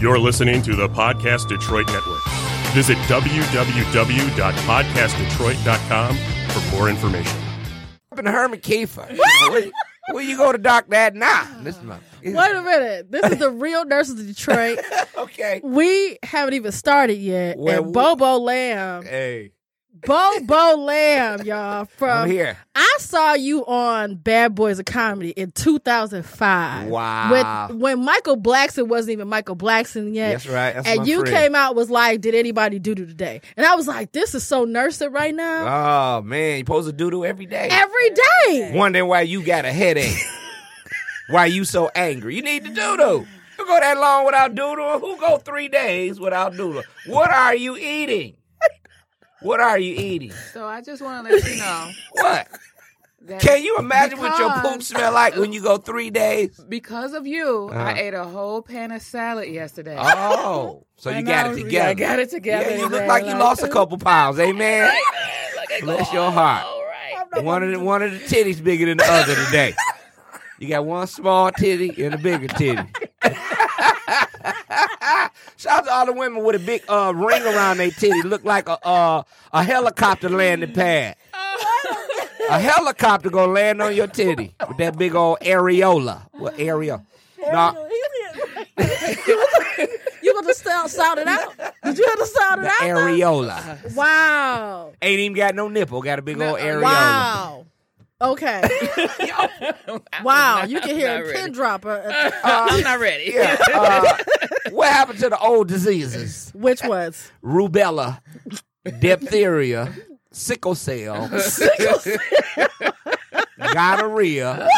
You're listening to the Podcast Detroit Network. Visit www.podcastdetroit.com for more information. and Herman Kiefer. You know, where, you- where you go to doc that now? This month. Wait a minute. This is the real Nurses of Detroit. Okay. We haven't even started yet. Well, and Bobo Lamb, Hey, Bobo Lamb, y'all. I'm Um, From here. I saw you on Bad Boys of Comedy in 2005. Wow. When, when Michael Blackson wasn't even Michael Blackson yet. That's right. That's my and you friend. came out was like, "Did anybody do do today?" And I was like, "This is so nursing right um, now, Oh man, you supposed to doodle every day. every day." Wondering why you got a headache. why you so angry? You need to doodle. You go that long without doodle? Who go three days without doodle? What are you eating? What are you eating? So I just want to let you know What? that Can you imagine what your poop Because- smell like when you go three days? because of you, I ate a whole pan of salad yesterday. Uh-huh. Oh, so you got it together. I got it together. Yeah, you today, look like you lost a couple pounds. Amen. Bless your heart. One of the one of the titties bigger than the other today. You got one small titty and a bigger titty. Shout out to all the women with a big uh, ring around their titty. Look like a uh, a helicopter landing pad. A helicopter gonna land on your titty with that big old areola. What areola? No, you got to sound, sound it out. Did you have to sound it the out? though? areola. Wow. Ain't even got no nipple. Got a big Oh, old areola. Wow. Okay. wow. You can hear a not pin ready. drop. uh, uh, I'm not ready. Yeah. Uh, what happened to the old diseases? which was? Rubella, diphtheria, sickle cell, gonorrhea,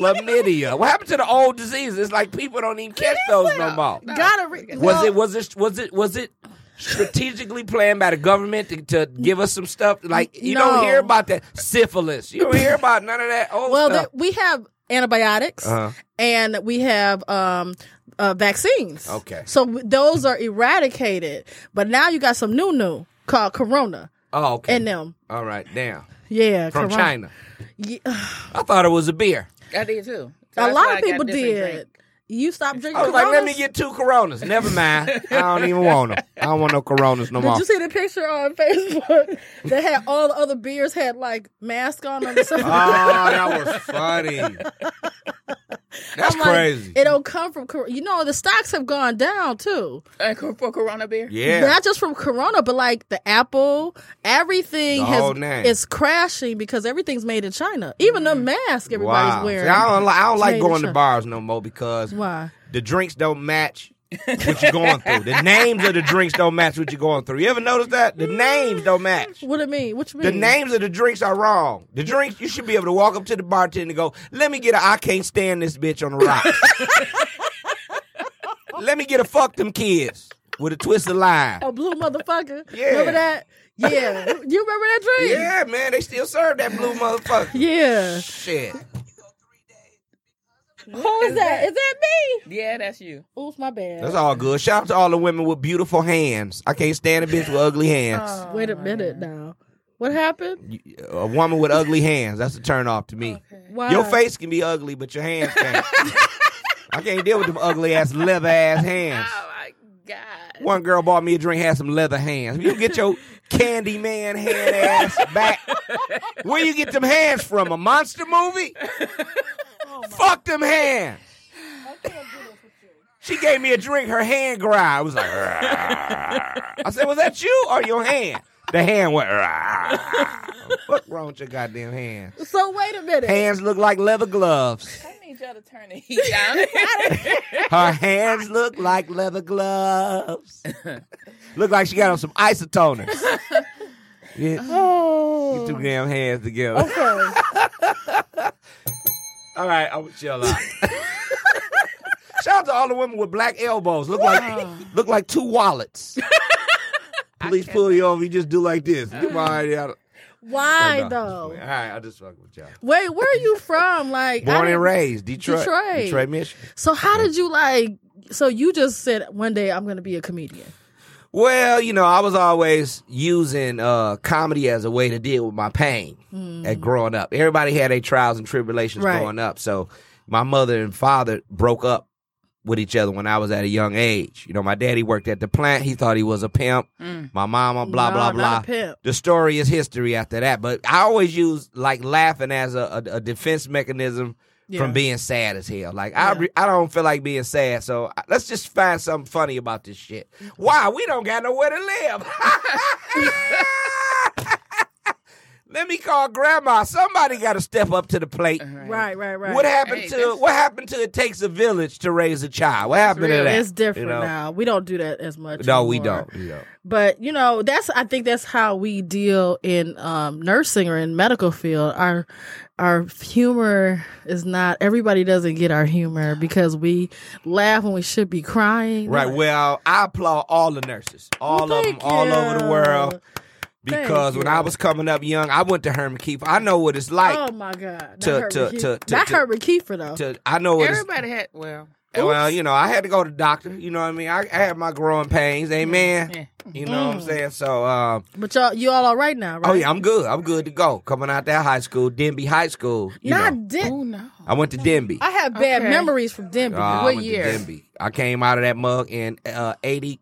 chlamydia. What happened to the old diseases? Like people don't even catch those no more. Gotta re- Was well, it was it was it was it strategically planned by the government to, to give us some stuff? Like you No. don't hear about that syphilis. You don't hear about none of that old Well, stuff. th- we have antibiotics Uh-huh. and we have um, uh, vaccines. Okay. So w- those are eradicated. But now you got some new new called Corona oh, okay. in them. All right, damn. Yeah. From corona. China. Ye- I thought it was a beer. I did too. So a that's why lot I of got people this and drink. did. You stopped drinking I was like, let me Coronas? get two Coronas. Never mind. I don't even want them. I don't want no Coronas no more. Did you see the picture on Facebook that had all the other beers had like mask on them or something? oh, that was funny. That's I'm like, crazy. it don't come from Cor- you know the stocks have gone down too. And Uh, co- for Corona beer. yeah. Not just from Corona, but like the Apple, everything The whole has name. is crashing because everything's made in China. Even the mask everybody's Wow. See, wearing. I don't, li- I don't like Tomato going to chip. bars no more because Why? the drinks don't match what you're going through. The names of the drinks don't match what you're going through. You ever notice that? The names don't match. What do you mean? What you mean? The names of the drinks are wrong. The drinks you should be able to walk up to the bartender and go, "Let me get a I can't stand this bitch on the rock." Let me get a fuck them kids with a twist of lime. A blue motherfucker. Yeah. Remember that? Yeah. you remember that drink? Yeah, man, they still serve that blue motherfucker. Yeah. Shit. Who is that? Is that me? Yeah, that's you. Oof, my bad. That's all good. Shout out to all the women with beautiful hands. I can't stand a bitch with ugly hands. Wait a minute now. What happened? You- A woman with ugly hands, that's a turn off to me. Why? Your face can be ugly, but your hands can't. I can't deal with them ugly ass leather ass hands. Oh my God. One girl bought me a drink, had some leather hands. You get your candy man hand ass back. Where you get them hands from? A monster movie? Fuck them hands. She gave me a drink, her hand grind. I was like, "Rah." I said, was that you or your hand? The hand went, "Rah." Fuck wrong with your goddamn hands? So wait a minute. Hands look like leather gloves. I need y'all to turn the heat down. Her hands look like leather gloves. look like she got on some isotoners. Yeah, Oh. two damn hands together. Okay. Oh. All right, I'm gonna chill out. Shout out to all the women with black elbows. Look like look like two wallets. Police pull you over. You just do like this. Uh-huh. Come on, yeah. Why No, though? All right, I just fuck with y'all. Wait, where are you from? Like, I Born didn't- and raised, Detroit, Detroit. Detroit, Michigan. So how did you like? So you just said one day I'm going to be a comedian. Well, you know, I was always using uh, comedy as a way to deal with my pain Hmm. at growing up. Everybody had their trials and tribulations Right. growing up. So my mother and father broke up with each other when I was at a young age. You know, my daddy worked at the plant. He thought he was a pimp. My mama, blah, blah, No, Mm. not a blah. pimp. The story is history after that. But I always use like laughing as a, a, a defense mechanism Yeah. from being sad as hell. Like, I, Yeah. re- I don't feel like being sad. So I- let's just find something funny about this shit. Why? We don't got nowhere to live. Let me call grandma. Somebody got to step up to the plate. Right, right, Uh-huh. right. What happened Hey, to that's- what happened to it takes a village to raise a child? What happened to real. that? It's different You know? now. We don't do that as much. No, we anymore. don't. We don't. But you know, that's I think that's how we deal in um, nursing or in medical field. Our our humor is not everybody doesn't get our humor because we laugh when we should be crying. Right. Well, I applaud all the nurses, all Well, of them, thank all over the you. world. Thank Because when I you. was coming up young, I went to Herman Keefe. I know what it's like oh my God! to- not Herbert to- Kiefer. to- to- not to- Herbert Kiefer though. to. I know what it's. eh, Everybody had well. Well, you know, I had to go to the doctor. You know what I mean? I, I had my growing pains. Amen. Mm-hmm. Yeah. Mm-hmm. You know what I'm saying? So, um, but y'all, you all all right now, right? oh yeah, I'm good. I'm good to go. Coming out that high school, Denby High School. You Not know, Denby. Oh no. I went to Denby. I have bad Okay. memories from Denby. Ah, I What went to year? Denby. I came out of that mug in uh, 80.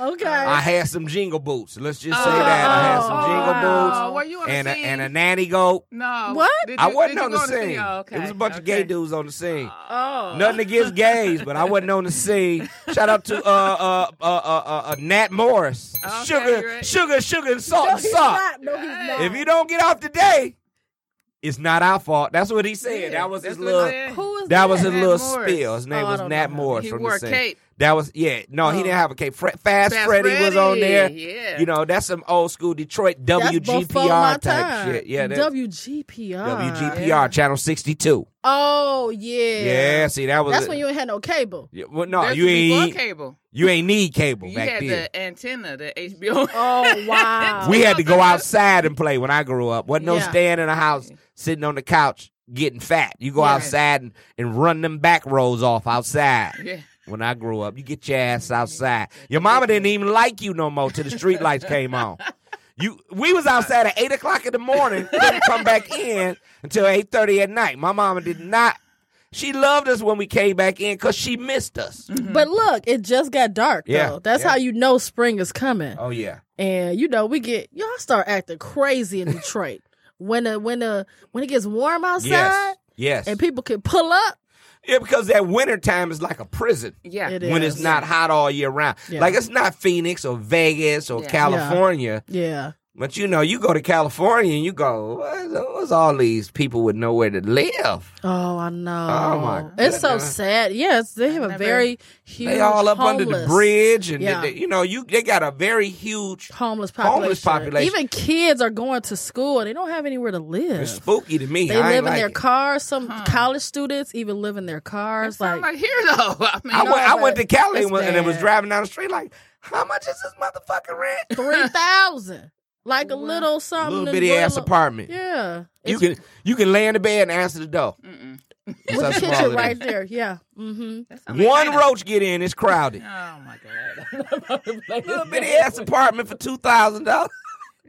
okay. I had some jingle boots. Let's just say Oh, that. I had some oh, jingle wow. boots Were you on and the a, scene? and a nanny goat. no. What? Did I you- wasn't did you on the go scene. Oh, okay. It was a bunch of okay. gay dudes on the scene. oh, Nothing against gays, but I wasn't on the scene. Shout out to uh uh uh uh, uh, uh Nat Morris. Okay, sugar, you're right. sugar, sugar, and salt no, and he's salt. not. No, he's not. If you don't get off today, it's not our fault. That's what he said. Yeah, that was his that's what little. I'm saying. Who is That was that? his Nat little Morris. spiel. His name Oh, I was don't Nat know. Morris He from wore the a scene. cape. That was yeah. No, he Oh. didn't have a cape. Fra- Fast, Fast Freddy, was on there. Freddy, yeah. You know, that's some old school Detroit That's before my WGPR type time. shit. Yeah, that's WGPR. WGPR channel sixty two. Oh yeah. Yeah. see that was That's it. when you ain't had no cable. Yeah, well, no, That's you before ain't cable. you ain't need cable You back had uh, then. the antenna, the HBO. Oh wow. we had to go outside and play when I grew up. Wasn't no Yeah. staying in the house, sitting on the couch, getting fat. You go Yeah. outside and, and run them back rows off outside. Yeah. When I grew up, you get your ass outside. Your mama didn't even like you no more till the street lights came on. You, we was outside at eight o'clock in the morning. Couldn't come back in until eight thirty at night. My mama did not. She loved us when we came back in because she missed us. but look, it just got dark Yeah, though. That's yeah. how you know spring is coming. Oh yeah. And you know, we get y'all start acting crazy in Detroit. when the when the when it gets warm outside Yes. Yes. and people can pull up. Yeah, because that winter time is like a prison. Yeah. It When is. it's not hot all year round. Yeah. Like it's not Phoenix or Vegas or Yeah. California. Yeah. But you know, you go to California and you go, what's, what's all these people with nowhere to live? Oh, I know. Oh, my It's so goodness. sad. Yes, they have a never- very huge they all up under the homeless- bridge and Yeah. they- they- you know, you they got a very huge homeless population. Homeless population. Even kids are going to school and they don't have anywhere to live. it's spooky to me. They I ain't live in like their it. cars. Some college students even live in their cars. Sound Like, like here though. I mean, I went, I went to but Cali it's and, was- and it was bad. driving down the street like, how much is this motherfucking rent? three thousand, like a little A something, little in bitty one ass little- apartment. Yeah, You can you can lay in the bed and answer the door. That's how with the small it kitchen is. right there. Yeah, mm-hmm. One roach get in, it's crowded. Oh my god. little bitty ass apartment for two thousand dollars.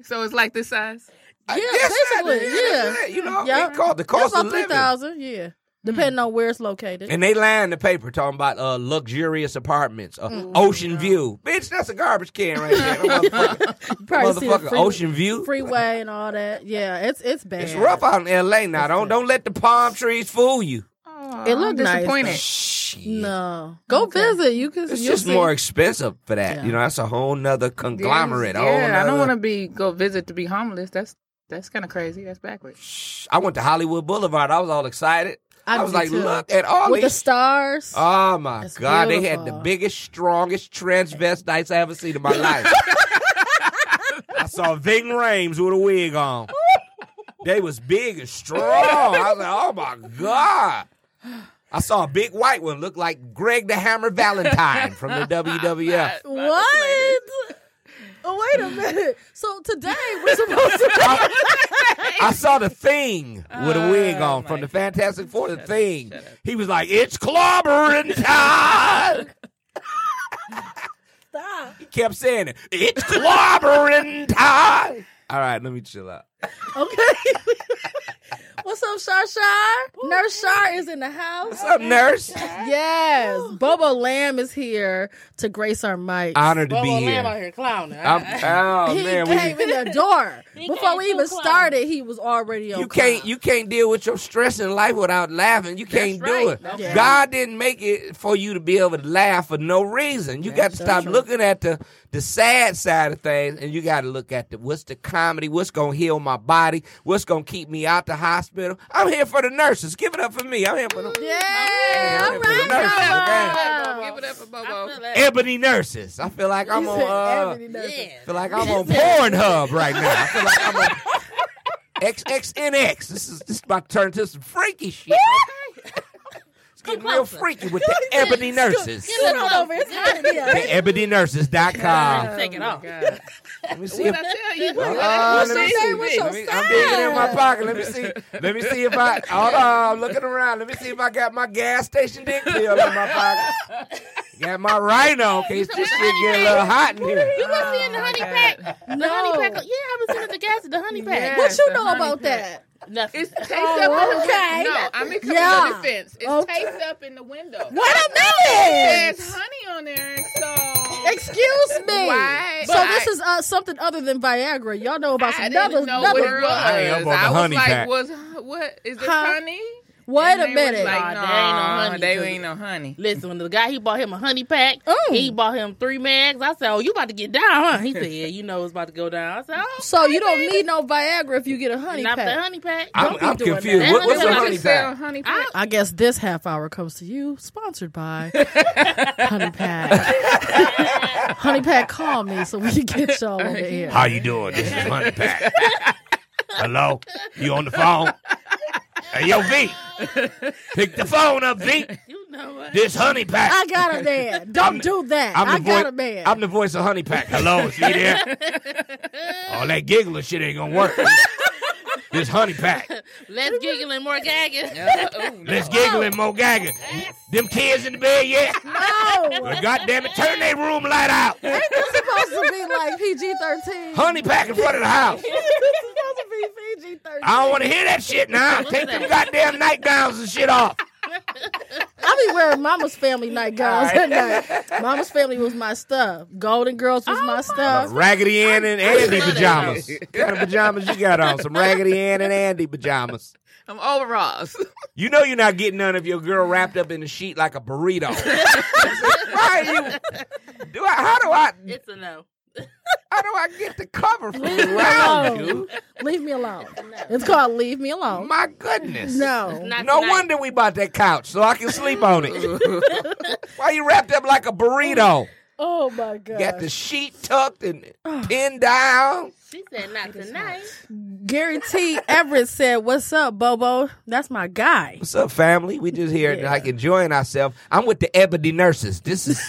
So it's like this size. Yeah, basically, You know, Yeah. they called the That's cost of about three living. thousand. Yeah, depending on where it's located. And they lying in the paper talking about uh, luxurious apartments, uh, Mm. ocean Oh, view. Bitch, that's a garbage can right there. Motherfucker, You probably see the motherfucker free- ocean view. freeway and all that. Yeah, it's it's bad. It's rough out in L.A. now. Don't don't let the palm trees fool you. Oh, It looked nice, disappointed. though. Shit. No, go visit. You can. It's you'll just see. more expensive for that. Yeah. You know, that's a whole nother conglomerate. a whole Yeah, I don't nother- want to be go visit to be homeless. That's that's kind of crazy. That's backwards. I went to Hollywood Boulevard. I was all excited. I I, was did like, too. look at all with the these stars. Oh my It's God! They had the beautiful. biggest, strongest transvestites I ever seen in my life. I saw Ving Rhames with a wig on. They was big and strong. I was like, oh my God! I saw a big white one look like Greg the Hammer Valentine from the WWF. What? Oh, wait a minute. So today we're supposed to. I saw the Thing with a wig on from the Fantastic Four. The Thing. He was like, it's clobbering time. Stop. He kept saying it. It's clobbering time. All right, let me chill out. Okay. What's up, Shar Shar? Nurse Shar is in the house. What's up, nurse? Yes, Bobo Lamb is here to grace our mics. Honored to Bobo be Lamb out here. here clowning. I'm, I- oh he man, we- came in the door before came we too even close. started. He was already on. you can't clown. you can't deal with your stress in life without laughing. You can't do right. it. That's right. God didn't make it for you to be able to laugh for no reason. You got to stop looking at the the sad side of things, and you got to look at the what's the comedy, what's gonna heal my body, what's gonna keep me out the hospital. I'm here for the nurses. Give it up for me. I'm here for the Yeah, all Yeah, yeah, yeah. right, Bobo. Give it up for Oh, I Bobo. feel that. ebony nurses. I feel like I'm He on. said Uh, Ebony Nurse. Yeah. feel like I'm on Pornhub right now. I feel like I'm on XXNX. This is this is about to turn to some freaky shit. It's getting real freaky with the ebony nurses. Get it Come up. over, it's hot in here. The ebonynurses.com. Take it Oh, off. God. Let me see What if I tell you? uh, What's let me your see. name? What's Let your me- I'm digging in my sign? pocket. Let me see. Let me see if I. Hold on. I'm looking around. Let me see if I got my gas station dick pill in my pocket. Got my rhino in case this shit get a little hot in You here. must be in Oh, the honey pack. The honey pack. Yeah, I was in the gas at the honey pack. What you the know honey about that? Nothing. It's taped Oh, up okay. in the window. No, I'm in coming Yeah. to defense. It's Okay. taped up in the window. Wait a There's minute. honey on there, so Excuse me. Why? So But this I- is uh, something other than Viagra. Y'all know about I some didn't double, know double. what it was. I am on the I was honey like, pack. was what is this Huh? honey? Wait And a they was minute. Like, Nah, no, there ain't no honey, They cause ain't no honey. Listen, when the guy he bought him a honey pack, Mm. he bought him three mags. I said, "Oh, you about to get down, huh?" He said, "Yeah, you know it's about to go down." I said, "Oh, so you don't need no Viagra if you get a honey not the pack. honey pack." I'm, Don't be I'm doing confused. that. What, what's They a don't honey just pack? honey pack. I guess this half hour comes to you, sponsored by Honey Pack. honey Pack, call me so we can get y'all over here. How you doing? This is Honey Pack. Hello? You on the phone? Hey, yo, V. Pick the phone up, V. you know what? This Honey Pack. I got a man. Don't I'm- do that. I'm the I got voi- a man. I'm the voice of Honey Pack. Hello, is he there? All that giggling shit ain't gonna work. This Honey Pack. Less giggling, more gagging. Let's giggle and more gagging. Them kids in the bed, yeah? no, Well, God damn it, turn that room light out. it's supposed to be like PG thirteen. Honey Pack in front of the house. it's supposed to be PG thirteen. I don't want to hear that shit now. Take them goddamn nightgowns and shit off. I be wearing Mama's Family nightgowns at night. Mama's Family was my stuff. Golden Girls Oh was my stuff. Raggedy Ann and Andy love that pajamas. What kind of pajamas you got on? Some Raggedy Ann and Andy pajamas. I'm overalls. You know you're not getting none of your girl wrapped up in a sheet like a burrito. Why are you? Do I? How do I? It's a no. How do I get the cover from Leave me around alone. you? Leave me alone. It's called Leave Me Alone. My goodness. No. Not No tonight. wonder we bought that couch so I can sleep on it. Why you wrapped up like a burrito? Oh my god. Got the sheet tucked and pinned down. She said, "Not tonight." Gary T. Everett said, "What's up, Bobo? That's my guy." What's up, family? We just here like enjoying ourselves. I'm with the Ebony nurses. This is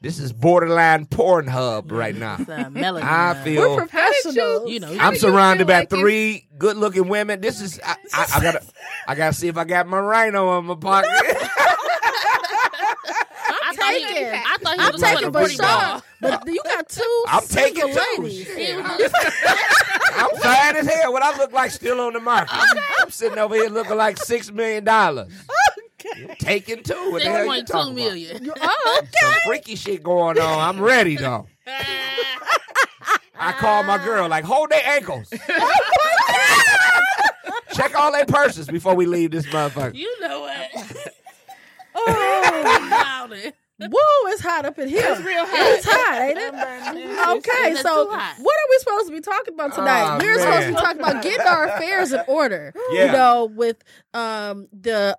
this is borderline Pornhub right now. The melody. I feel We're professionals. You know, I'm do you surrounded feel by like you- three good-looking women. This is I, I, I gotta I gotta see if I got my rhino in my pocket. I thought he, taking it. I thought he I'm was taking going to Bashar, but you got two I'm single taking two. ladies. Shit, I'm, I'm fine as hell. What I look like still on the market. I'm sitting over here looking like six million dollars. Taking two. What the hell you talking 6.2 about? million. Oh, Some freaky shit going on. I'm ready though. I call my girl like hold their ankles. Check all their purses before we leave this motherfucker. You know what? oh. Louder. Woo, it's hot up in here. It's real hot. It's hot, ain't it? okay, It's so too hot. what are we supposed to be talking about tonight? Oh, We're supposed to be man. talking about getting our affairs in order. You Yeah. know, with um the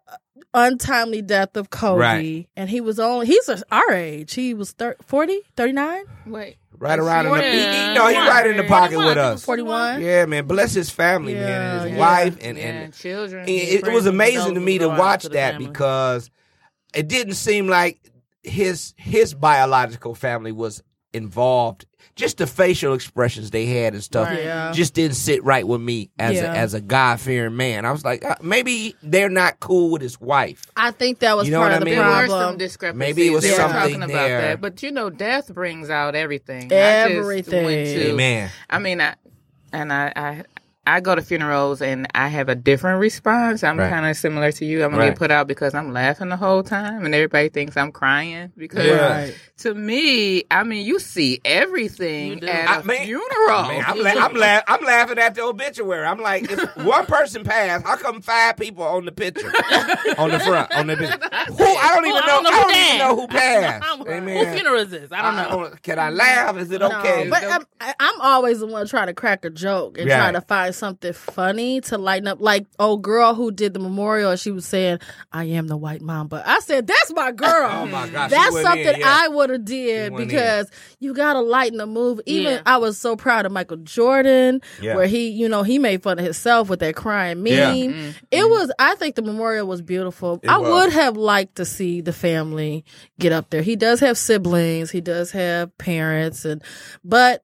untimely death of Kobe. Right. And he was only, he's our age. He was thir- 40, 39, Wait, Right around in the he, he, no, he Yeah. right in the pocket with us. 41. Yeah, man. Bless his family, man. Yeah, His yeah. wife and yeah, and children. it, it was amazing to me to watch that because it didn't seem like his his biological family was involved. Just the facial expressions they had and stuff Right. Yeah. just didn't sit right with me as Yeah. a, as a God fearing man. I was like, uh, maybe they're not cool with his wife. I think that was You know part what I of the mean? There were some problem. discrepancies. Maybe it was They were something talking about there. that, but you know, death brings out everything. I just went Everything. to- Amen. I mean, I and I, I I go to funerals and I have a different response. I'm Right. kind of similar to you. I'm gonna Right. get put out because I'm laughing the whole time, and everybody thinks I'm crying because Yeah. Right. to me, I mean, you see You everything do. at I a mean- funeral. Man, I'm, la- I'm, la- I'm laughing at the obituary. I'm like, if one person passed, how come five people on the picture, on the front, on the picture? Who? I don't even know. I don't know who I don't even died. know who passed. I'm- Who Amen. funeral is this? I don't I know. don't- can I laugh? Is it okay? No, but No- I'm, I- I'm always the one trying to crack a joke and Yeah. trying to find something funny to lighten up. Like old girl who did the memorial, she was saying, "I am the white mom," but I said, "That's my girl." Oh my gosh, she that's went in, something yeah. I would have She did went in. because you gotta lighten the move. Even Yeah. I was so proud of Michael Jordan, Yeah. where he, you know, he made fun of himself with that crying meme. Yeah. Mm-hmm. It was, I think, the memorial was beautiful. I was. would have liked to see the family get up there. He does have siblings. He does have parents, and but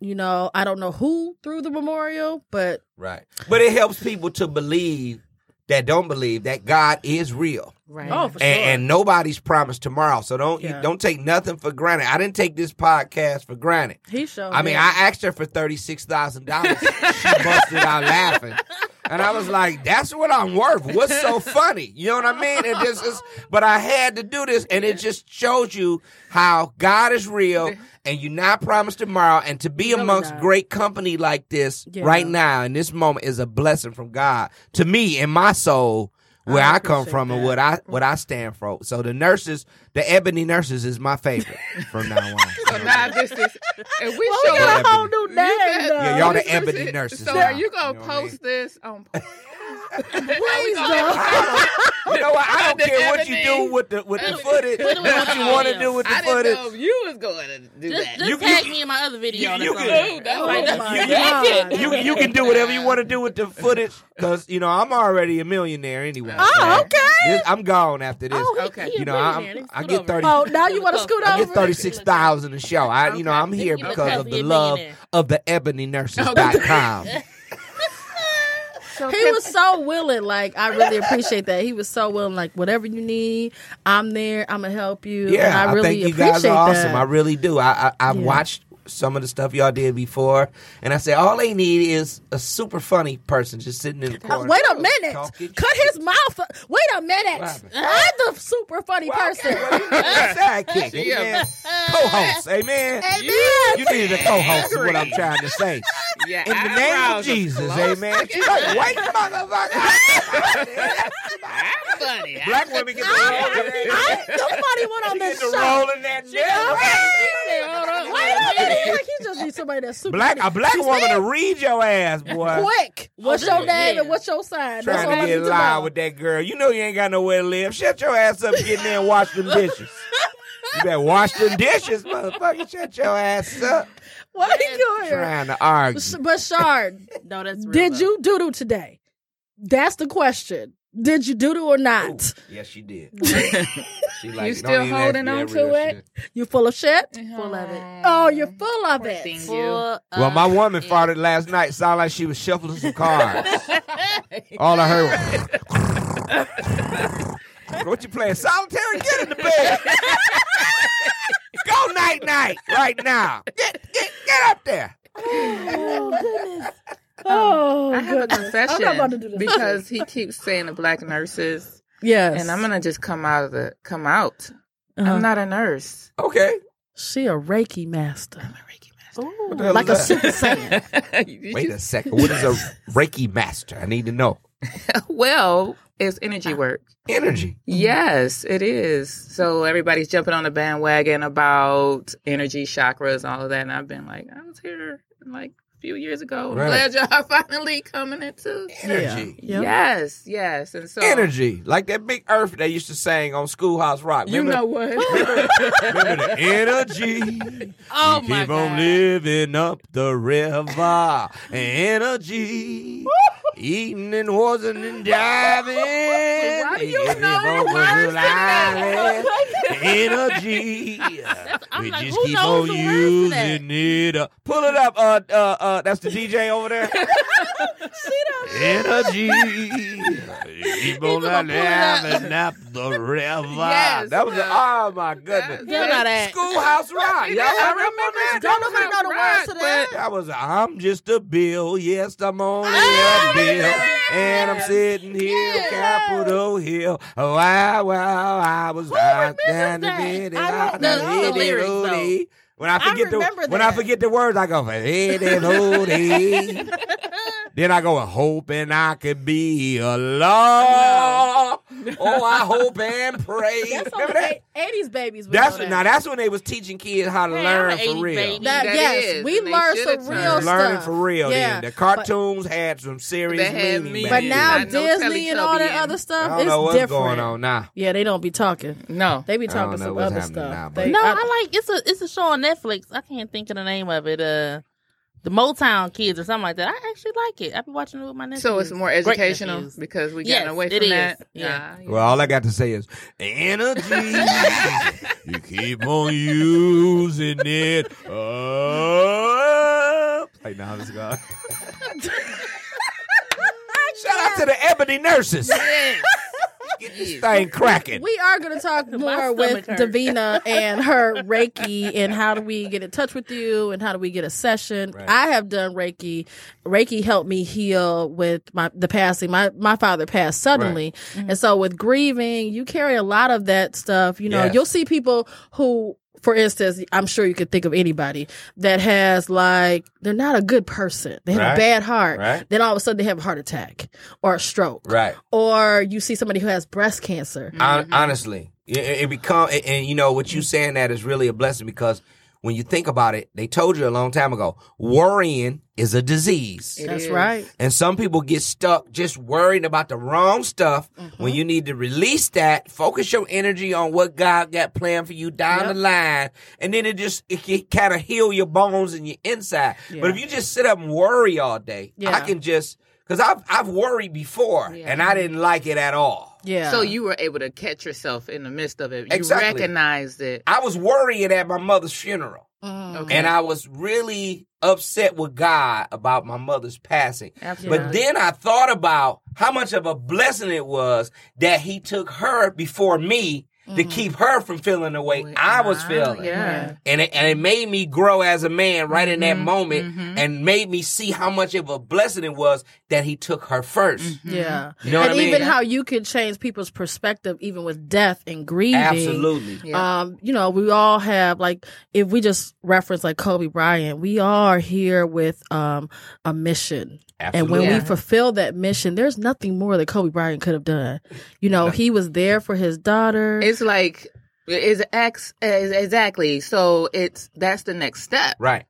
you know, I don't know who threw the memorial, but right. But it helps people to believe that don't believe that God is real. right. Oh, for sure. and, and nobody's promised tomorrow. So don't you Yeah. don't take nothing for granted. I didn't take this podcast for granted. he showed. I mean, it. I asked her for thirty six thousand dollars. she busted out laughing, and I was like, "That's what I'm worth. What's so funny? You know what I mean?" It just is, but I had to do this, and it just shows you how God is real, and you're not promised tomorrow. And to be amongst not. great company like this Yeah. right now in this moment is a blessing from God to me in my soul. Where I, come appreciate from and that. what I what I stand for. So the nurses, the ebony nurses, is my favorite from now on. So now this is, and we we show got up. a whole new You name. got- though. Yeah, y'all the this is ebony it. nurses So now. are you You gonna know what I mean? post this on? Please, though. You know what? I don't The care what you do ebony. with the with the Ebony. footage. What do we What you want want to to do with the I didn't know footage? if you was going to do Just, that. just You- tag you- me in my other video. you- that's you on can- there. Oh, that's Oh like- my you- God. You you can do whatever you want to do with the footage because you know I'm already a millionaire anyway. Oh, so okay. this- I'm gone after this. Oh, he- Okay. he a You know, millionaire. I'm- Let's I scoot get over. 30 Oh, now you want to scoot I over? get thirty six thousand a show. I you know I'm here You look because of healthy the and love millionaire. of the ebonynurses.com. So He was so willing. Like I really appreciate that. He was so willing. Like whatever you need, I'm there. I'm gonna help you. and Yeah, I, I, really think you appreciate guys are awesome. that. I really do. I, I I've Yeah. watched some of the stuff y'all did before, and I said all they need is a super funny person just sitting in the Uh, corner. wait a minute. Talking Cut his mouth. up. Wait a What minute. happened? I'm the super funny person. sidekick, Yeah. amen. Co-host, amen. Amen. You needed a co-host, is what I'm trying to say. yeah, In the name of eyebrows are Jesus, close. amen. She's like, white motherfucker. I'm funny. I- Black women get the I'm the funny one on this get the show. roll in that Okay. Wait a minute. Like he just needs somebody that's super Black a funny. black She's woman to read your ass, boy. Quick. What's your name yeah. and what's your sign? That's all Trying to I need get to live know. with that girl. You know you ain't got nowhere to live. Shut your ass up and get in there and wash them dishes. You better wash them dishes, motherfucker. Shut your ass up. What are you doing? Trying to argue. Sh- But Shard, No, that's real did though. you doodle today? That's the question. Did you doodle or not? Yes, she did. she You still holding on to it? You full of shit? Full of it. Oh, you're full of Poor it. thing. Full Well, of my woman it. farted last night. Sounded like she was shuffling some cards. All I heard was. what you playing? Solitary? Get in the bed. Go night night right now. Get, get, get up there. Oh, goodness. Oh, I have a goodness. I'm confession not about to do this. because he keeps saying the black nurses, yes. and I'm gonna just come out of the come out. Uh-huh. I'm not a nurse. Okay. She a Reiki master. I'm a Reiki the hell like a is that? super saiyan. master. You Wait a just- second. What is a Reiki master? I need to know. well, it's energy work. Energy. Yes, it is. So everybody's jumping on the bandwagon about energy chakras and all of that. And I've been like, I was here like a few years ago. I'm Right. glad y'all finally coming into. Energy. Yeah. Yep. Yes, yes. And so Energy. Like that big earth they used to sing on Schoolhouse Rock. You know Remember- what? Remember the energy. Oh We my keep god. on living up the river. Energy. Eating and wasn't and diving. Why do you know the words to that? Energy. I'm we like, just who keep knows on the words to that? using it up. Pull it up. Uh, uh, uh, that's the DJ over there. Energy. Ebola laughing up the river. Yes. that was, oh my goodness. Y'all know uh, that. Schoolhouse Rock. Y'all remember that? Don't nobody know the words to that. That was, I'm just a bill. Yes, I'm only a bill. And I'm sitting here, on Capitol Hill. Oh, wow, wow, I was right down the remembers that? middle. I don't of know the hitty lyrics, though. hooty. When I I forget the remember when I that. forget the words, I go for hitty hooty. Then I go, hoping I could be alone. Oh, I hope and pray. That's Remember on that? the eighties babies. would That's know that. now. That's when they was teaching kids how to Hey, I'm learn an for 80s real. baby. That- That yes, is, we and they learned should've some turned- real stuff. Learning for real. Yeah, Then the cartoons had some serious They had meaning. meaning. back But then. Yeah. now Not no Disney and all that Teletubby. other I stuff, don't it's know what's different. going on now. Yeah, they don't be talking. No. They be I don't talking know some what's other happening stuff. now, but- they, No, I- I like it's a it's a show on Netflix. I can't think of the name of it. Uh, the Motown Kids or something like that. I actually like it. I've been watching it with my nephews. So it's more Great educational nephews. because we Yes, got away it from is. that. Yeah. Nah, Well, all I got to say is energy. you keep on using it up. Like, now this guy. Shout out to the Ebony Nurses. Get this thing cracking. we are going to talk more with stomach hurt. Davina and her Reiki and how do we get in touch with you and how do we get a session. Right. I have done Reiki. Reiki helped me heal with my the passing. My my father passed suddenly, and so with grieving, you carry a lot of that stuff. You know, Yes. you'll see people who. For instance, I'm sure you could think of anybody that has like they're not a good person. They have Right. a bad heart. Right. Then all of a sudden they have a heart attack or a stroke. Right. Or you see somebody who has breast cancer. Hon- honestly, it, it it become and, and you know what you saying that is really a blessing because when you think about it, they told you a long time ago, worrying is a disease. It That's is. right. And some people get stuck just worrying about the wrong stuff when you need to release that, focus your energy on what God got planned for you down the line, and then it just it can kind of heal your bones and your inside. But if you just sit up and worry all day, I Yeah. can just because I've I've worried before and I didn't like it at all. Yeah. So you were able to catch yourself in the midst of it. You Exactly. recognized it. I was worrying at my mother's funeral. Mm. Okay. And I was really upset with God about my mother's passing. Absolutely. But then I thought about how much of a blessing it was that he took her before me Mm-hmm. to keep her from feeling the way I was feeling. Yeah. And it, and it made me grow as a man right in that Mm-hmm. moment Mm-hmm. and made me see how much of a blessing it was that he took her 1st Mm-hmm. yeah. Mm-hmm. You know what and I mean? even how you can change people's perspective, even with death and grieving. Absolutely. Um, you know, we all have like if we just reference like Kobe Bryant, we all are here with um a mission. And when Absolutely. we fulfill that mission, there's nothing more that Kobe Bryant could have done. You know, he was there for his daughter. It's like is ex is exactly. So it's that's the next step. Right.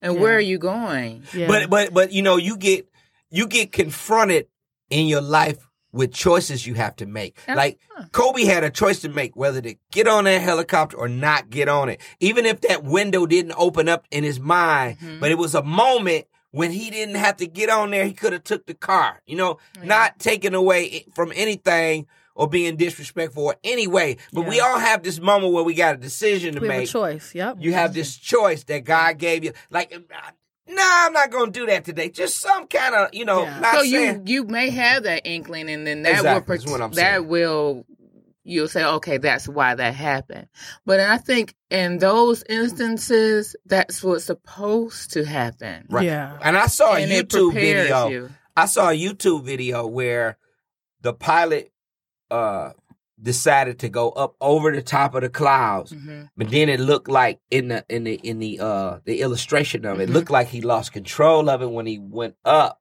And where are you going? yeah. But but but you know you get you get confronted in your life with choices you have to make. Yeah. Like Huh. Kobe had a choice to make whether to get on that helicopter or not get on it. Even if that window didn't open up in his mind, Mm-hmm. but it was a moment when he didn't have to get on there, he could have took the car. You know, not taken away i- from anything or being disrespectful or any way. But we all have this moment where we got a decision to we have a make. choice. Yep. You have this choice that God gave you. Like, uh, nah, I'm not gonna do that today. Just some kind of, you know, Yeah. not so saying. you you may have that inkling, and then that Exactly, will prot- that's what I'm that saying. will you'll say, okay, that's why that happened. But I think in those instances, that's what's supposed to happen. Right. Yeah. and I saw a And it YouTube prepares video. you. I saw a YouTube video where the pilot uh decided to go up over the top of the clouds, Mhm. but then it looked like in the in the in the uh the illustration of it, Mm-hmm. it looked like he lost control of it when he went up.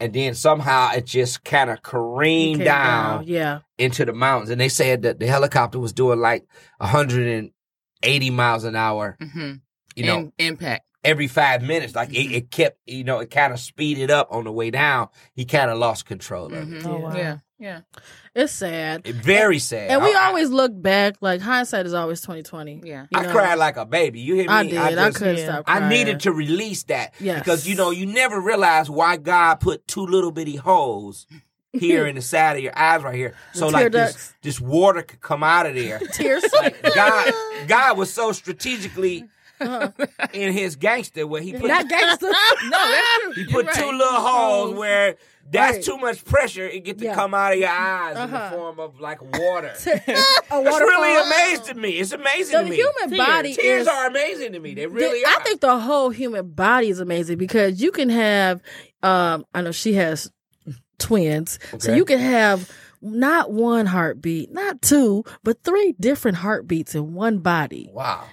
And then somehow it just kind of You careened came down, Yeah. into the mountains and they said that the helicopter was doing like 180 miles an hour Mhm. you know In- impact. every five minutes like Mm-hmm. it, it kept you know it kind of speeded up on the way down he kind of lost control of Mhm. Oh, wow. Yeah, yeah, It's sad. it very sad And we I- I- always look back, like hindsight is always twenty twenty. yeah. I, cried like a baby you hear me I did. I, just- couldn't Yeah. stop. Crying. I needed to release that Yes. because you know you never realize why God put two little bitty holes here in the side of your eyes right here so The tear like this, ducts. this water could come out of there tears. God, God was so strategically in his gangster where he put Uh-huh. Not gangster. No, that's true. he put two little holes where that's Right. too much pressure. It get to Yeah. come out of your eyes in Uh-huh. the form of like water. it's a waterfall. really amazing to me. It's amazing The to me. human Tears. body Tears is. are amazing to me. They really I are. think the whole human body is amazing because you can have. Um, I know she has twins, so Okay. you can have not one heartbeat, not two, but three different heartbeats in one body. wow.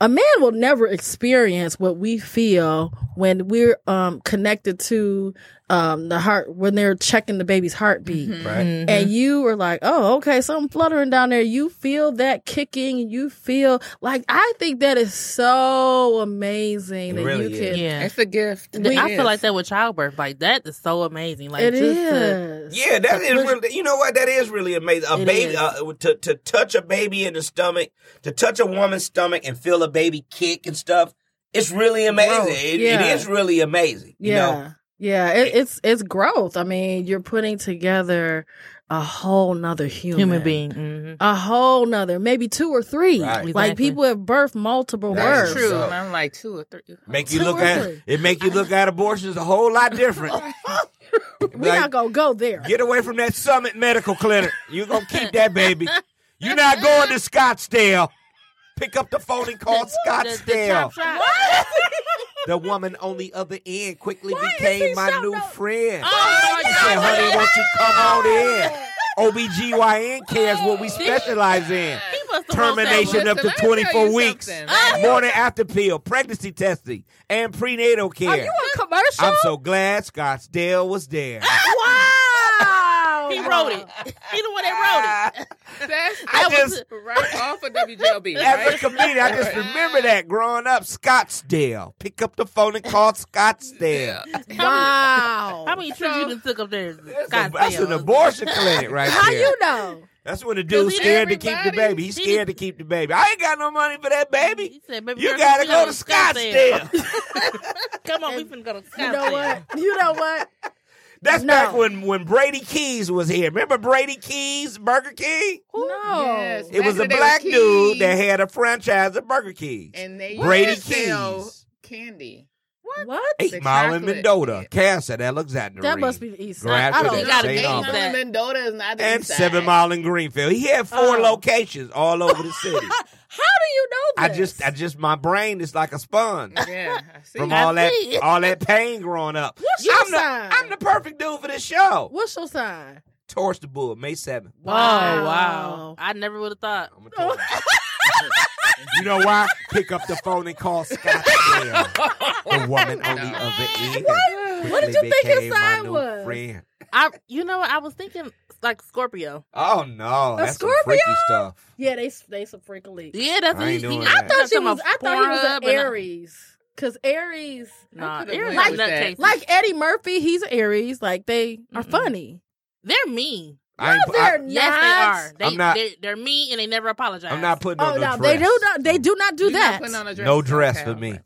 a man will never experience what we feel when we're um connected to um the heart when they're checking the baby's heartbeat Mm-hmm. Mm-hmm. Right. and you are like oh okay something fluttering down there you feel that kicking you feel like i think that is so amazing It that really you is. can Yeah. It's a gift. Th- I It feel is. like that with childbirth. Like that is so amazing. Like it just to- is Yeah, that is pleasure- really. You know what? That is really amazing. A It baby is. uh, to to touch a baby in the stomach, to touch a woman's stomach and feel a baby kick and stuff. It's really amazing. Growth. It, Yeah. it is really amazing. You yeah know? yeah it, it's it's growth i mean you're putting together a whole nother human human being. hmm a whole nother, maybe two or three. Right. Like Exactly. people have birthed multiple That's words. True. So- and I'm like two or three. Make you look at- Totally. it. Make you look at abortions a whole lot different. We're not gonna go there. Get away from that Summit Medical Clinic. You're going to keep that baby. You're not going to Scottsdale. Pick up the phone and call The, the Scottsdale. chop shop. What? The woman on the other end quickly Why is became he my so new no- friend. Oh, She said, honey, won't you come on in? OBGYN cares what we specialize in. He must have wrote that Termination one. up to Listen, let me tell 24 you weeks, something. morning after pill, pregnancy testing, and prenatal Are you care. a commercial? I'm so glad Scottsdale was there. wow. He wrote it. He the one that Ah. wrote it. That's I was just, right off of WJLB. as a Right? comedian, I just remember that growing up, Scottsdale. Pick up the phone and call Scottsdale. Wow. How many trips you done took up there? That's, a- Goddamn. that's an abortion clinic right How there. you know? that's when the dude's Cause scared to keep the everybody- baby. He's he- scared to keep the baby. I ain't got no money for that baby. He said, "Baby You girl, gotta we go to Scottsdale. Come on, we finna go to Scottsdale. You know what? You know what? That's No. back when, when Brady Keys was here. Remember Brady Keys, Burger King? No. Yes. It was Back a when they black were dude Keys. that had a franchise of Burger Kings. And they Brady used to sell Keys. candy. What? Eight The Mile in chocolate. Mendota, Cass at Alexander. That must be the east Grab side. I to don't the You know. gotta Say be no. on Mile in that. Mendota is not the and east side. Seven Mile in Greenfield. He had four Oh. locations all over the city. How do you know I this? just, I just, my brain is like a sponge Yeah, I see. from all that, see. all that pain growing up. What's your I'm the, sign? I'm the perfect dude for this show. What's your sign? Torch the bull, May seventh. Oh wow! I never would have thought. I'm gonna torch. you know why? Pick up the phone and call Scottsdale. the woman on the other end. What did quickly you think his became my sign new was? Friend. I, you know, what? I was thinking like Scorpio. Oh no, A that's some Scorpio? freaky stuff. Yeah, they they some freak elite. Yeah, that's I what he, ain't doing he- that. I thought she talking was. about I thought he was Pornhub an and- Aries, because Aries, I Nah, could've Aries went are with that. nutcases. like Eddie Murphy, he's an Aries. Like they are Mm-mm. funny. they're mean. I ain't, No, pu- I, they're not. Yes, they are. They, I'm not- they're, they're mean and they never apologize. I'm not putting Oh on no, no they dress. do not. They do not do You're not that. putting on a dress. No dress Okay. for me.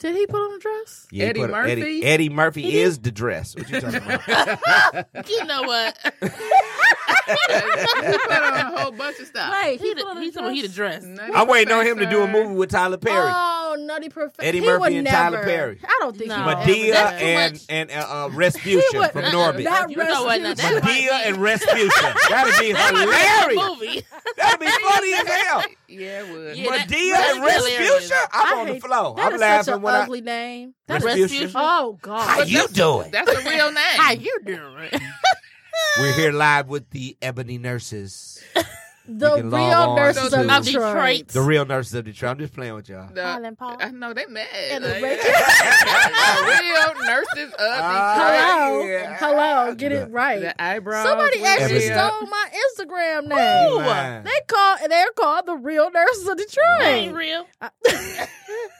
Did he put on a dress? Yeah, he Eddie put a- Eddie, Murphy? Eddie Murphy is the dress. What you talking about? You know what? he put on a whole bunch of stuff. Like he the, he told me he the dress. Nutty I'm waiting on him to do a Professor. movie with Tyler Perry. Oh, Nutty Professor. Eddie he Murphy would and never. Tyler Perry. I don't think No. he would ever do Medea that's that. too and much. and uh, uh, He Resputia would- from uh-uh. Norbit. That You know what? Now, rescue- that might Medea be- and Resputia. That'd be that might be a hilarious. movie. That'd be funny as hell. Yeah, it would. Yeah, that- Medea that's and hilarious. Resputia. I'm I on the hate- flow. That I'm is laughing such an when I. ugly name. That is, Rescue- Rescue. oh How God. you doing? That's a real name. How you doing? We're here live with the Ebony Nurses, The can log on real nurses to- of Of Detroit. Detroit. the real nurses of Detroit. I'm just playing with y'all. The- Holland Paul. Uh, I know they mad. And the Like, rich- the real nurses of Detroit. Ah. Hello, Yeah. hello. Get it right. the eyebrows. Somebody were actually Ebony. real. stole my Instagram You name. mind? They call they're called the real nurses of They ain't Detroit. real.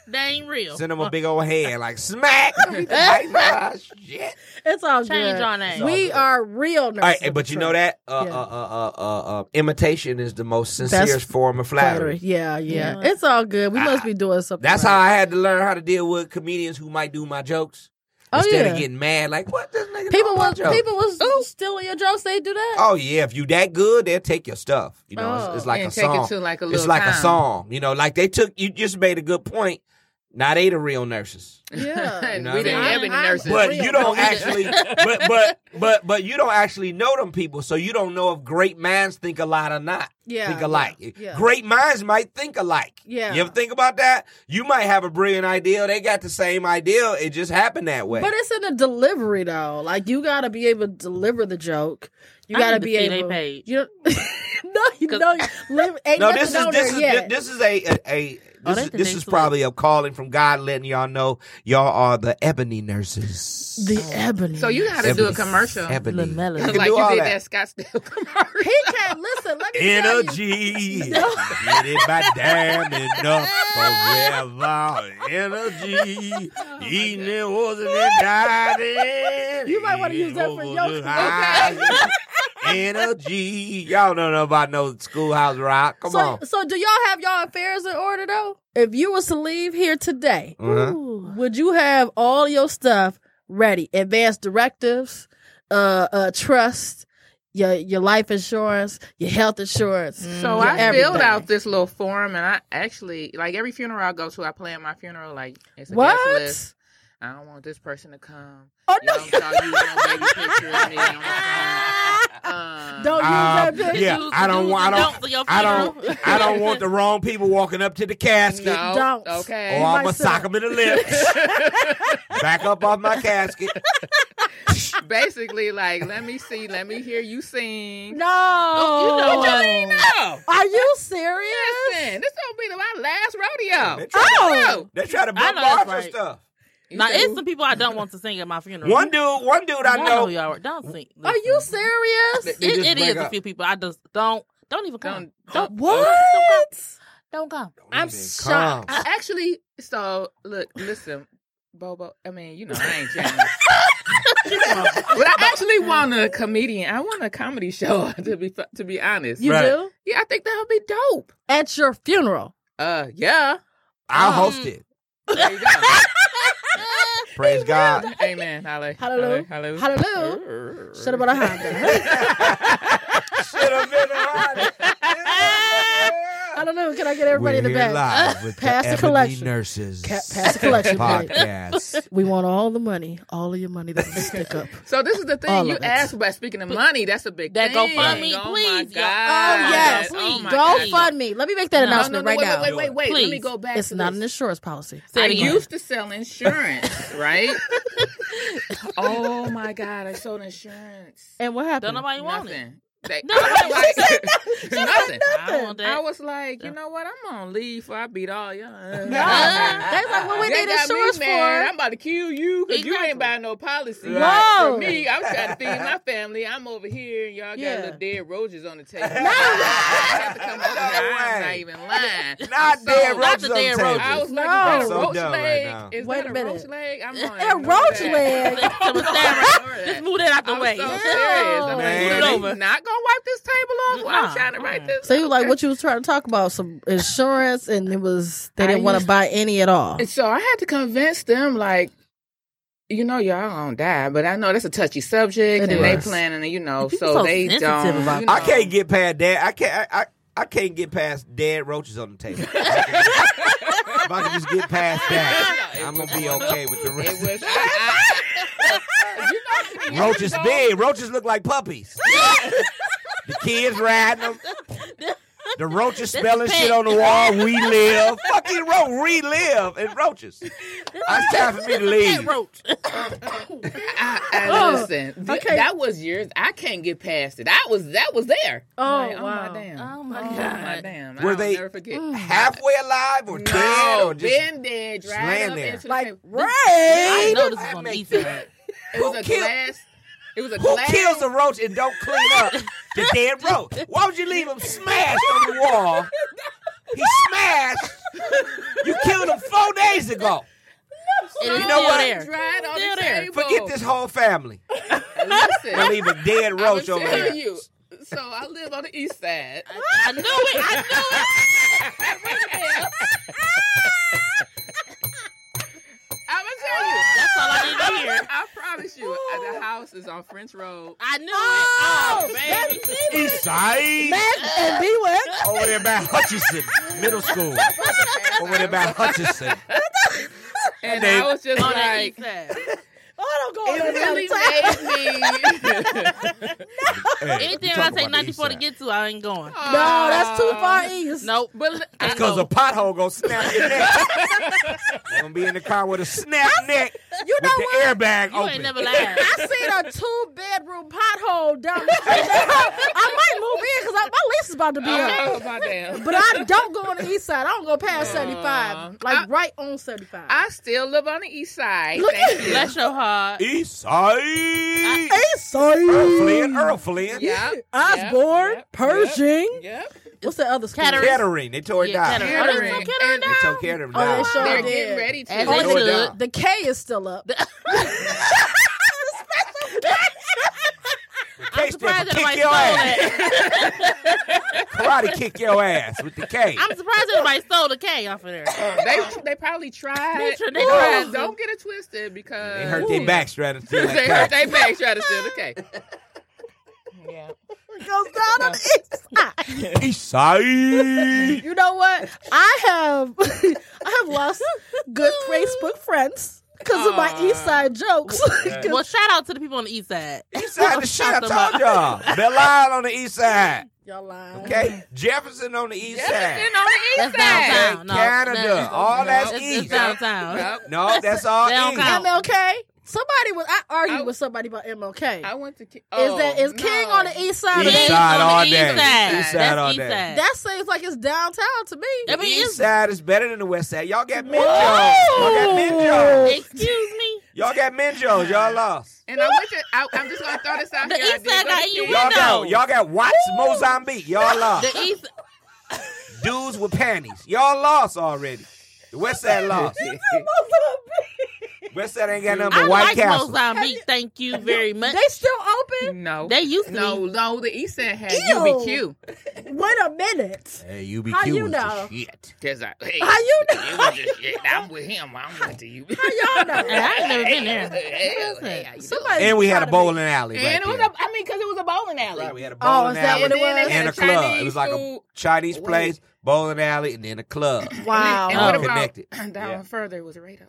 They ain't real. Send them a big old hand like smack. Like, nah, Ah, shit. it's all good. Change our name. We are real nurses. All right, of but you Detroit. know that uh, Yeah. uh, uh, uh, uh, uh, imitation is the most sincerest That's form of flattery. Yeah, yeah, Yeah. It's all good. We must be doing something. That's right. how I had to learn how to deal with comedians who might do my jokes Oh, instead of yeah. getting mad. Like, what this nigga? people know my was joke?" people was stealing your jokes. They do that. Oh yeah, if you that good, they'll take your stuff. You know, it's, Oh. it's like and a take song. it to like a little. it's like a town. song. You know, like they took. You just made a good point. Now they the real nurses. Yeah. we know what I didn't mean? have any I'm- nurses. But real you don't nurses. actually but but but but you don't actually know them people, so you don't know if great minds think alike or not. Yeah, Think yeah, alike. yeah. Great minds might think alike. Yeah. You ever think about that? You might have a brilliant idea, they got the same idea, it just happened that way. But it's in the delivery though. Like you gotta be able to deliver the joke. You I gotta need to be see they able. page. You don't- no, you Cause- know, live, ain't no, nothing this is on this there is yet. this is a a, a Oh, this, that's is, the this next is probably a calling from God letting y'all know y'all are the ebony nurses. the ebony. So you gotta do a commercial. Ebony. Lamella. You Like can like do you all did that. that, Scottsdale commercial. he can't listen. Let me tell you. Energy. Get it by damn enough forever. Energy. Eating it wasn't it dining. Oh You might wanna use that for Over your- the high. Energy. Y'all don't know about no schoolhouse rock. Come so, on. so do y'all have y'all affairs in order though? If you was to leave here today, Uh-huh. Ooh. would you have all your stuff ready? Advance directives, uh, uh trust, your your life insurance, your health insurance. Mm-hmm. So your I filled everything. out this little form, and I actually like every funeral I go to, I plan my funeral like it's a guest list. What? I don't want this person to come. Oh You no! know, so you want a baby picture of me. I don't want, um, Don't use Uh, that bitch. yeah, Do's I and don't do's want- and I don't- don'ts of your I don't funeral. I don't want the wrong people walking up to the casket. No. Don't. Okay. Or I'm might gonna sock sell. them in the lips. Back up off my casket. Basically, like let me see, let me hear you sing. No. Oh, No. Are you serious? Listen, this gonna be my last rodeo. They try, Oh. they try to I know that's bombard your right. stuff. Now, it's some people I don't want to sing at my funeral. One dude, one dude I I know know. y'all are- don't sing. Are you serious? They just It, it break is up. a few people. I just don't. Don't even come. Don't- Don't. oh, What? Don't come. I'm Even shocked. come. I actually, so look, listen, Bobo. I mean, you know, I ain't James. but I actually want a comedian. I want a comedy show. To be to be honest, You Right. do? yeah, I think that would be dope. At your funeral. Uh, yeah. I'll Um, host it. There you go. Praise God. Amen. Hallelujah. Hallelujah. Hallelujah. Hallelujah. Shut up about Honda. Should have been I don't know. Can I get everybody in the back? with Pass the Ebony collection. Nurses Ca- pass the collection plate. podcast. We want all the money, all of your money that's a stick up. So this is the thing All you of it. asked about. Speaking of money, that's a big That thing. GoFundMe, oh My please, God. y'all. Oh, yes. Oh, my Go God. fund me. Let me make that No, no, No, no, announcement no. Wait, right now. wait, wait, wait. Let me Please. go back. It's to not this. an insurance policy. Say I it again. used to sell insurance, right? oh my God, I sold insurance. And what happened? Don't nobody want it. Nothing. They- No, I was she like- nothing. I don't want I that. was like, you know what? I'm gonna leave before I beat all y'all. Uh, that's like what we They need got me insurance mad. for. I'm about to kill you because you ain't Exactly. buying no policy. Right. For me, I'm trying to feed my family. I'm over here and y'all Yeah. got little dead roaches on the table. No, I have to come over here. I'm No not way. even lying. Not So- dead Not roaches the on dead the table. roaches. I was like, No. is that So a roach dumb right leg? now. is Wait that a a minute. roach leg? I'm on A roach leg. Let's- let's Sarah, Just move that out the I'm way. so Yeah. serious. I'm like, Man. "Well, they not gonna wipe this table off while Nah. I'm trying to write this. So you like what you was trying to talk about? Some insurance, and it was they I didn't want to used- buy any at all. And so I had to convince them, like, you know, y'all gonna die, but I know that's a touchy subject, It and they is. planning, and you know, People so, so they sensitive don't. about you that. I know. can't get past dead. I can't. I, I, I can't get past dead roaches on the table. if I can just get past that, I'm gonna be okay with the It rest. was, I, I- you know, how many years Roaches ago- big. Roaches look like puppies. the kids riding them. The roaches spelling shit on the wall. We live. Fucking roach. We live and roaches. It's time for me to Pet leave. roach. I, I, Oh, listen, th- okay. that was years. I can't get past it. I was that was there. Oh, Like, wow. my damn! Oh, my my God. Mm. damn! Were I'll they- never forget? Halfway alive or dead No, or just been dead, just dried laying up there. into the like table. I Ray, know this I is gonna make be sad. It was Who a killed- glass. It was a Who glass. kills a roach and don't clean up the dead roach? Why would you leave him smashed on the wall? He smashed. You killed him four days ago. It is You know still what? there. Dried on Still the there. table. Forget this whole family. Listen, And leave a dead I'ma roach over tell there. you. So I live on the east side. I knew it. I knew it. I'ma tell you. That's all I need to hear. I promise you, at the house is on French Road. I knew Oh, it. Oh, baby. East Side. Max and B West. Over there by Hutchinson Middle School. Over there by Hutchinson. And They- I was just On that east like, side. Oh, don't go on it that really side. made me. Hey, Anything we I talking take about the east 94 to side. get to, I ain't going. uh, No, that's Um, too far east. Nope. Oh. But l- I That's because know. a pothole gonna snap your neck. You're gonna be in the car with a snap neck You know with the what? airbag You ain't open. never lied. I seen a two bedroom pothole down the street. I might move in because my lease is about to be up. Oh, my damn. But I don't go on the east side. I don't go past seventy Uh, five. Like I- right on seventy five. I still live on the east side. Look Thank at- you. Bless your heart. East Side. east side. Earl Flynn, Earl Flynn. Yeah. Osborne, Yep, yep, Pershing. Yep. What's the other school? Catering. Kettering. They tore it Yeah, down. Kettering. Oh, they Kettering. took Kettering They down? tore Kettering Oh, they down. sure They're did. getting ready to. As They they tore it should. down. The K is still up. I'm Case surprised paper, kick everybody your stole ass. that. Karate kick your ass with the K. I'm surprised everybody stole the K off of there. They they probably tried. They tried- they Ooh. tried. Don't get it twisted because They hurt their backs trying to steal they that hurt their back trying to steal the cake. Yeah. It goes down on the east side. K. East Side. You know what? I have I have lost good Facebook friends because of my East Side jokes. 'Cause Well, shout out to the people on the east side. East Side the shit I told y'all. Belle Isle on the East Side. Y'all lying. Okay? Jefferson on the East Side. Jefferson on the That's east side. downtown. No, Canada. that's- All that's it's- east. It's downtown. Yep. No, that's all They don't East. count. MLK. Somebody was I argued I- with somebody about MLK. I went to. Ki- is oh, that is no. King on the east side? East Of It's the, side on the all east day. Side. East side That's all east day. Side. that seems like it's downtown to me. I mean, East it's- side is better than the west side. Y'all got Minjos. Y'all got Minjos. excuse me. Y'all got Minjos. Y'all lost. And I went to. I, I'm just gonna throw this out The here. I east did side go got to eaten King. with Y'all got, Windows. y'all got Watts, Mozambique. Y'all lost. The east. Dudes with panties. Y'all lost already. The west side lost. west side ain't got nothing but I White like Castle. Mozambique. Thank you very much. They still open? No, They used to No, no, the East Side had Ew. UBQ. Wait a minute. Hey, UBQ How you was the know? shit. Cause I, hey, How you know? it was just, yeah, I'm with him. I'm not to you. Y'all know. And I ain't never been there. Hell, hey, how you doing? Somebody And we had a tried to bowling alley. right And it was there. a, I mean, because it was a bowling alley. Right, we had a Oh, bowling is that alley what it And then was? they had and a Chinese club. It was like a food. Chinese Wait. place, bowling alley, and then a club. Wow. And what Oh. about Connected. down Yeah. further was Rado?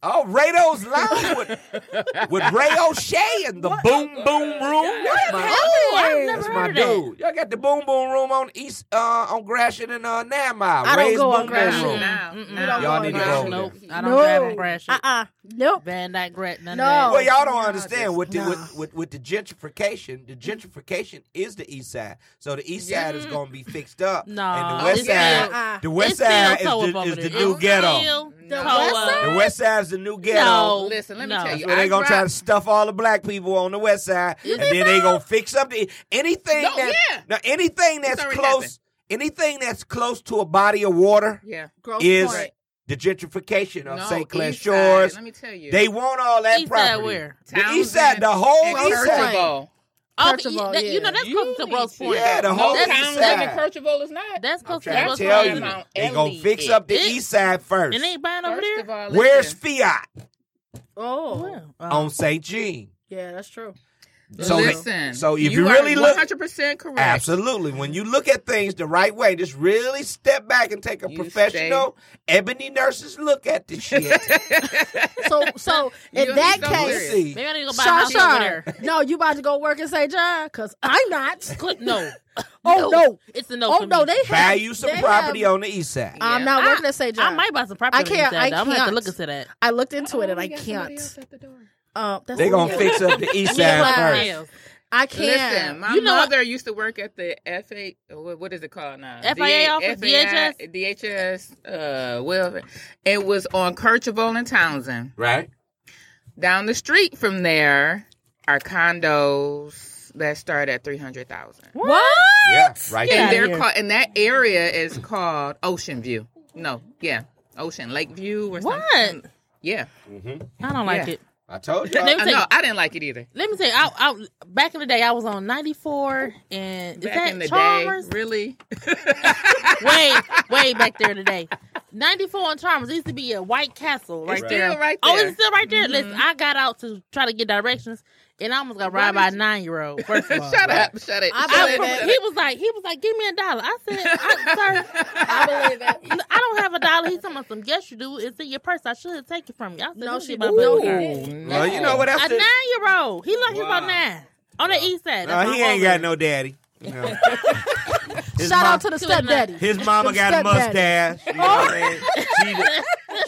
Oh, Rado's Lounge with, with Ray O'Shea and the Boom Boom Room. That's my, Oh, I've never that's heard my of that. dude. Y'all got the Boom Boom Room on East uh, on Gratiot and uh, Nine Mile. I don't Ray's go Boom on Boom Gratiot. Room. Now, Mm-mm. now. Y'all need to go over Nope. there. I don't No. grab and crash it. Uh-uh. Nope. Van Dyke Grat. None No. of Well, that. y'all don't Nah, understand just- with the nah. with, with with the gentrification. The gentrification is the East Side, so the East Side is going to be fixed up. and Mm-hmm. Nah, the West it's Side, still- Uh-uh. the West It's still Side is toe the, up is over the there. new It's ghetto. still No. toe West up. Side? The West Side is the new ghetto. No. Listen, let me No. tell you. So they I gonna try to drive- stuff all the black people on the west side, and then they gonna fix up the anything No, that yeah. now anything that's already close, happened. anything that's close to a body of water Yeah. Gross is point. the gentrification of No, St. Clair east side, Shores. Let me tell you. They want all that East side property. where? The east side, the whole and east side. Kirchhoff. Oh, First of all, that- yeah. You know, that's close to Gross Point. Yeah, the whole No, east Townsend side. and Kirchhoff is not. That's close to trying I Gross That's tell why you, Point. Mount they Ellie gonna fix up the is- east side first. And they ain't buying over First there? of all, Where's listen, Fiat Oh. Well, uh, on St. Jean? Yeah, that's true. So they- listen. so if you are really look- 100% correct. Absolutely. When you look at things the right way, just really step back and take a You professional ebony nurses look at this shit. So so in You that don't You worry. case, see, maybe I need to go buy a Sean house over Sean, there. no, you about to go work and say John, because I'm not. Click no. Oh no. It's a no. Oh for no, me. they have buy you some they property have- on the east side. I'm not Yeah. working at St. John. I might buy some property. I can't- on the east side, I though. I'm gonna have to can't. look into that. I looked into it Oh, and we I got somebody can't. else at the door. Um, that's They gonna yeah. fix up the east Yeah. side Yeah. first. Yeah. I Listen, can't. my You know what- mother used to work at the FA. What what is it called now? FIA office, FIA, DHS. Uh, well, it was on Kirchhoff and Townsend. Right? Down the street from there are condos that start at three hundred thousand. What? Yeah. Right Yeah. there. And they're here. called, and that area is called Ocean View. No, yeah, Ocean Lake View or something. What? Yeah, I don't like Yeah. it. I told you. They all was- I know. I didn't like it either. Let me tell you, I, I, back in the day, I was on 94 and is Back that in the Chalmers? day, really. way, way back there today. 94 on Chalmers. It used to be a White Castle right It's there. still right Oh, there. Mm-hmm. it's still right there. Listen, I got out to try to get directions. and I almost got Why robbed by a did you- nine year old. First of all, Shut up. Shut it. I I- believe it. he was like, he was like, give me a dollar. I said, I, sir, I believe it. I don't have a dollar. He's talking about some. Yes, you do. It's in your purse. I should have taken it from you. I said, No, let me she- get my Ooh. bill No, he card. didn't. Well, you know what else? A is- nine year old. He like he's about nine on the east side. Uh, That's he my ain't got mother. no daddy. No. His Shout out mom- to the Good night. stepdaddy. his mama Some got a stepdaddy. mustache. You know what I mean?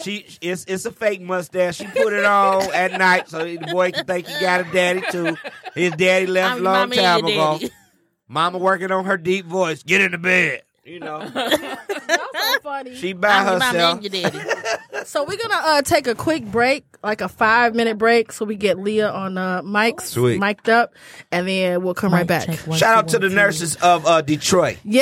She, she it's it's a fake mustache. She put it on at night so the boy can think he got a daddy too. His daddy left I'm long mommy and time your ago. daddy. Mama working on her deep voice. Get in the bed. You know, That's so funny. she by I'm your mommy herself. and your daddy. So we're gonna uh, take a quick break, like a five minute break, so we get Leah on uh, mics, Sweet. mic'd up, and then we'll come right back. Shout out to the nurses of uh, Detroit. Yeah.